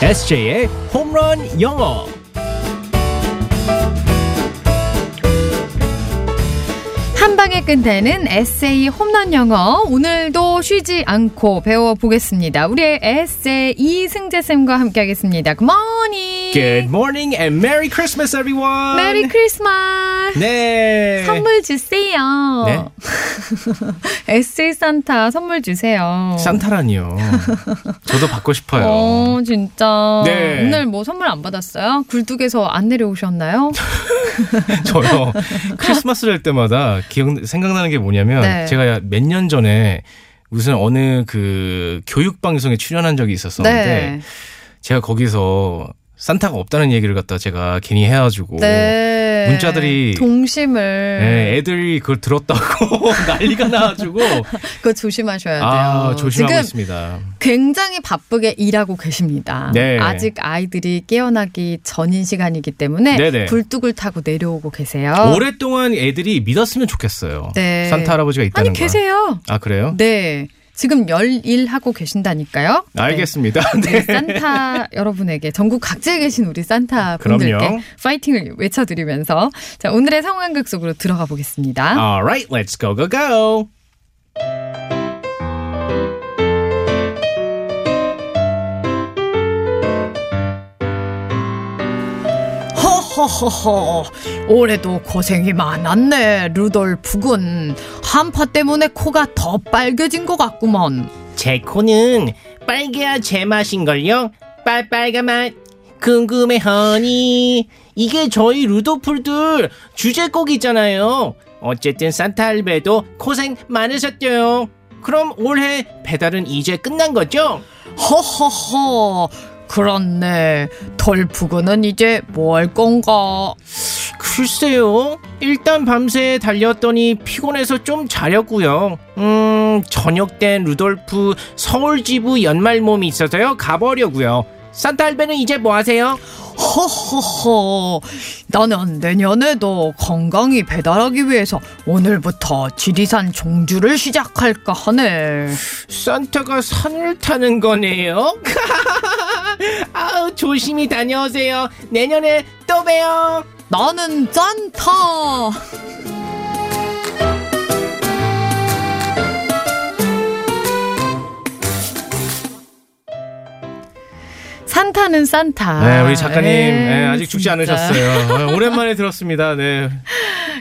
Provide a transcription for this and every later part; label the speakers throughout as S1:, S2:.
S1: SJ의 홈런 영어.
S2: 한 방에 끝내는 에세이 홈런 영어 오늘도 쉬지 않고 배워보겠습니다. 우리의 에세이 이승재 쌤과 함께하겠습니다. Good morning.
S1: Good morning and Merry Christmas, everyone.
S2: 메리 크리스마스.
S1: 네.
S2: 선물 주세요.
S1: 네.
S2: 에세이 산타 선물 주세요.
S1: 산타라니요. 저도 받고 싶어요.
S2: 어 진짜.
S1: 네.
S2: 오늘 뭐 선물 안 받았어요? 굴뚝에서 안 내려오셨나요?
S1: 저요. 크리스마스를 할 때마다 기억 생각나는 게 뭐냐면
S2: 네.
S1: 제가 몇 년 전에 무슨 어느 그 교육 방송에 출연한 적이 있었었는데
S2: 네.
S1: 제가 거기서 산타가 없다는 얘기를 갖다 제가 괜히 해가지고
S2: 네.
S1: 문자들이-
S2: 동심을
S1: 네, 애들이 그걸 들었다고 난리가 나가지고
S2: 그거 조심하셔야 돼요.
S1: 아 조심하고
S2: 네. 지금
S1: 있습니다.
S2: 굉장히 바쁘게 일하고 계십니다.
S1: 네.
S2: 아직 아이들이 깨어나기 전인 시간이기 때문에
S1: 네네.
S2: 굴뚝을 타고 내려오고 계세요.
S1: 오랫동안 애들이 믿었으면 좋겠어요.
S2: 아. 네.
S1: 산타 할아버지가
S2: 아니
S1: 있다는 거.
S2: 계세요.
S1: 아 그래요?
S2: 네. 지금 열일 하고 계신다니까요. 네.
S1: 알겠습니다. 네.
S2: 우리 산타 여러분에게 전국 각지에 계신 우리 산타 분들께
S1: 그럼요.
S2: 파이팅을 외쳐드리면서 자 오늘의 상황극 속으로 들어가
S1: 아.
S2: 보겠습니다.
S1: Alright, let's go go go.
S2: 허허허허 올해도 고생이 많았네 루돌프군 한파 때문에 코가 더 빨개진 것 같구먼
S1: 제 코는 빨개야 제맛인걸요. 빨빨가 맛. 궁금해 허니. 이게 저희 루도풀들 주제곡이잖아요. 어쨌든 산타 할배도 고생 많으셨대요. 그럼 올해 배달은 이제 끝난 거죠?
S2: 허허허 그렇네 돌프군은 이제 뭐 할 건가
S1: 글쎄요. 일단 밤새 달렸더니 피곤해서 좀 자려고요. 음, 저녁 땐 루돌프 서울지부 연말 몸이 있어서요. 가보려고요. 산타 할배는 이제 뭐 하세요?
S2: 허허허 나는 내년에도 건강히 배달하기 위해서 오늘부터 지리산 종주를 시작할까 하네
S1: 산타가 산을 타는 거네요. 아우, 조심히 다녀오세요. 내년에 또 봬요.
S2: 나는 짠타 산타는 산타.
S1: 네, 우리 작가님
S2: 에이,
S1: 네, 아직 죽지
S2: 진짜.
S1: 않으셨어요. 아, 오랜만에 들었습니다. 네.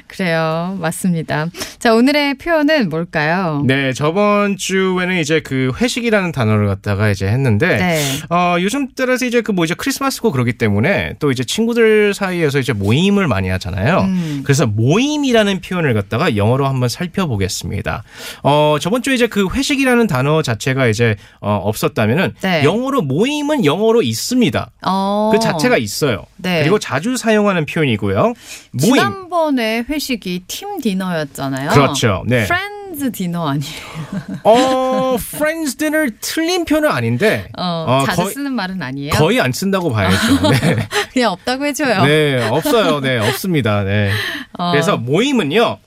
S2: 그래요, 맞습니다. 자, 오늘의 표현은 뭘까요?
S1: 네, 저번 주에는 이제 그 회식이라는 단어를 갖다가 이제 했는데
S2: 네.
S1: 어, 요즘 따라서 이제 그 뭐 이제 크리스마스고 그러기 때문에 또 이제 친구들 사이에서 이제 모임을 많이 하잖아요.
S2: 음.
S1: 그래서 모임이라는 표현을 갖다가 영어로 한번 살펴보겠습니다. 어, 저번 주에 이제 그 회식이라는 단어 자체가 이제 어, 없었다면은
S2: 네.
S1: 영어로 모임은 영어로 있습니다.
S2: 어.
S1: 그 자체가 있어요.
S2: 네.
S1: 그리고 자주 사용하는 표현이고요. 모임.
S2: 지난번에 회식이 팀 디너였잖아요.
S1: 그렇죠. 네.
S2: 프렌즈 디너 아니에요.
S1: 어, friends dinner 틀린 표현은 아닌데
S2: 어,
S1: 어,
S2: 자주
S1: 거의-
S2: 쓰는 말은 아니에요.
S1: 거의 안 쓴다고 봐야죠. 네.
S2: 그냥 없다고 해줘요. 어.
S1: 네, 없어요. 네, 없습니다. 네. 그래서 모임은요,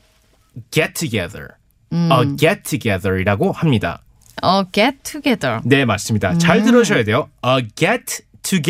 S1: get together,
S2: 음.
S1: a get together이라고 합니다.
S2: 어, get together.
S1: 네, 맞습니다.
S2: 음.
S1: 잘 들으셔야 돼요. a get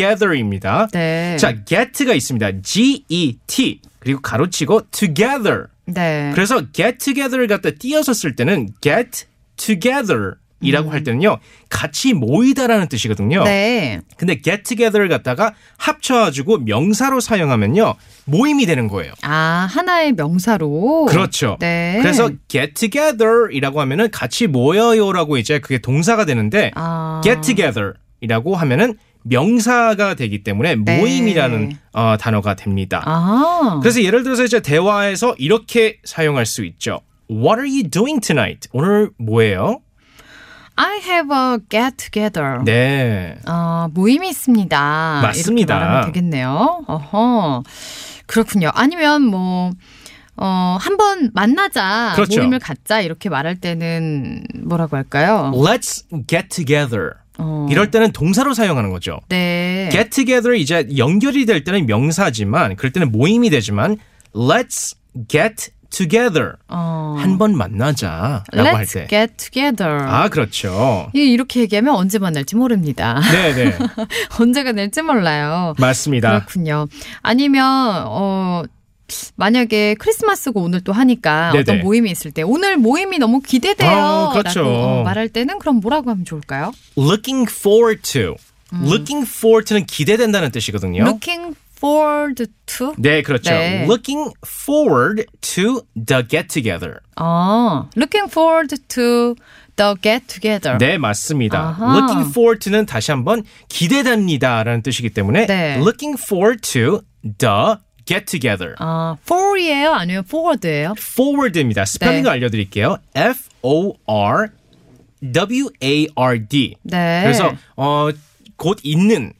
S1: together입니다.
S2: 네.
S1: 자, get가 있습니다. G E T 그리고 가로치고 together.
S2: 네.
S1: 그래서 get together를 갖다 띄어서 쓸 때는 get together. 이라고 할 때는요 같이 모이다라는 뜻이거든요.
S2: 음. 네.
S1: 근데 get together를 갖다가 합쳐가지고 명사로 사용하면요 모임이 되는 거예요.
S2: 아, 하나의 명사로.
S1: 그렇죠.
S2: 네.
S1: 그래서 get together이라고 하면은 같이 모여요라고 이제 그게 동사가 되는데
S2: 아.
S1: get together이라고 하면은 명사가 되기 때문에
S2: 네.
S1: 모임이라는 어, 단어가 됩니다.
S2: 아.
S1: 그래서 예를 들어서 이제 대화에서 이렇게 사용할 수 있죠. What are you doing tonight? 오늘 뭐예요?
S2: I have a get together.
S1: 네.
S2: 아, 모임이 있습니다.
S1: 맞습니다.
S2: 이렇게 말하면 되겠네요. 어허. 그렇군요. 아니면 뭐 어, 한번 만나자.
S1: 그렇죠.
S2: 모임을 갖자 이렇게 말할 때는 뭐라고 할까요?
S1: Let's get together.
S2: 어.
S1: 이럴 때는 동사로 사용하는 거죠.
S2: 네.
S1: get together 이제 연결이 될 때는 명사지만 그럴 때는 모임이 되지만 let's get together.
S2: 어,
S1: 한 번 만나자라고 할
S2: Let's
S1: 때.
S2: get together.
S1: 아, 그렇죠.
S2: 이- 이렇게 얘기하면 언제 만날지 모릅니다.
S1: 네, 네.
S2: 언제가 될지 몰라요.
S1: 맞습니다.
S2: 그렇군요. 아니면 어 만약에 크리스마스고 오늘 또 하니까
S1: 네네.
S2: 어떤 모임이 있을 때 오늘 모임이 너무 기대돼요.
S1: 아, 그렇죠.
S2: 라고 어, 말할 때는 그럼 뭐라고 하면 좋을까요? 음.
S1: looking forward to. looking forward to는 기대된다는 뜻이거든요.
S2: Looking forward to.
S1: 네, 그렇죠.
S2: 네.
S1: looking forward to the get together.
S2: 어, looking forward to the get together.
S1: 네, 맞습니다.
S2: 어. 아하.
S1: looking forward to는 다시 한번 기대됩니다라는 뜻이기 때문에
S2: 네.
S1: looking forward to the get together.
S2: 아, for예요, 아니면 forward예요?
S1: forward입니다. 스펠링을
S2: 네.
S1: 알려드릴게요. F O R W A R D.
S2: 네.
S1: 그래서 어, 곧 있는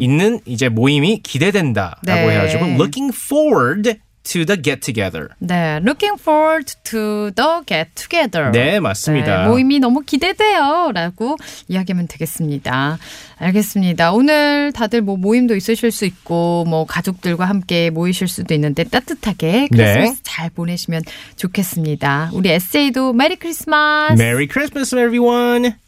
S1: 있는 이제 모임이 기대된다라고
S2: 음. 네.
S1: 해가지고 looking forward to the get together.
S2: 네, looking forward to the get together.
S1: 네, 맞습니다.
S2: 네, 모임이 너무 기대돼요. 라고 이야기하면 되겠습니다. 알겠습니다. 오늘 다들 뭐 모임도 있으실 수 있고, 뭐 가족들과 함께 모이실 수도 있는데 따뜻하게 크리스마스
S1: 네.
S2: 잘 보내시면 좋겠습니다. 우리 에세이도 메리 크리스마스!
S1: Merry Christmas, everyone.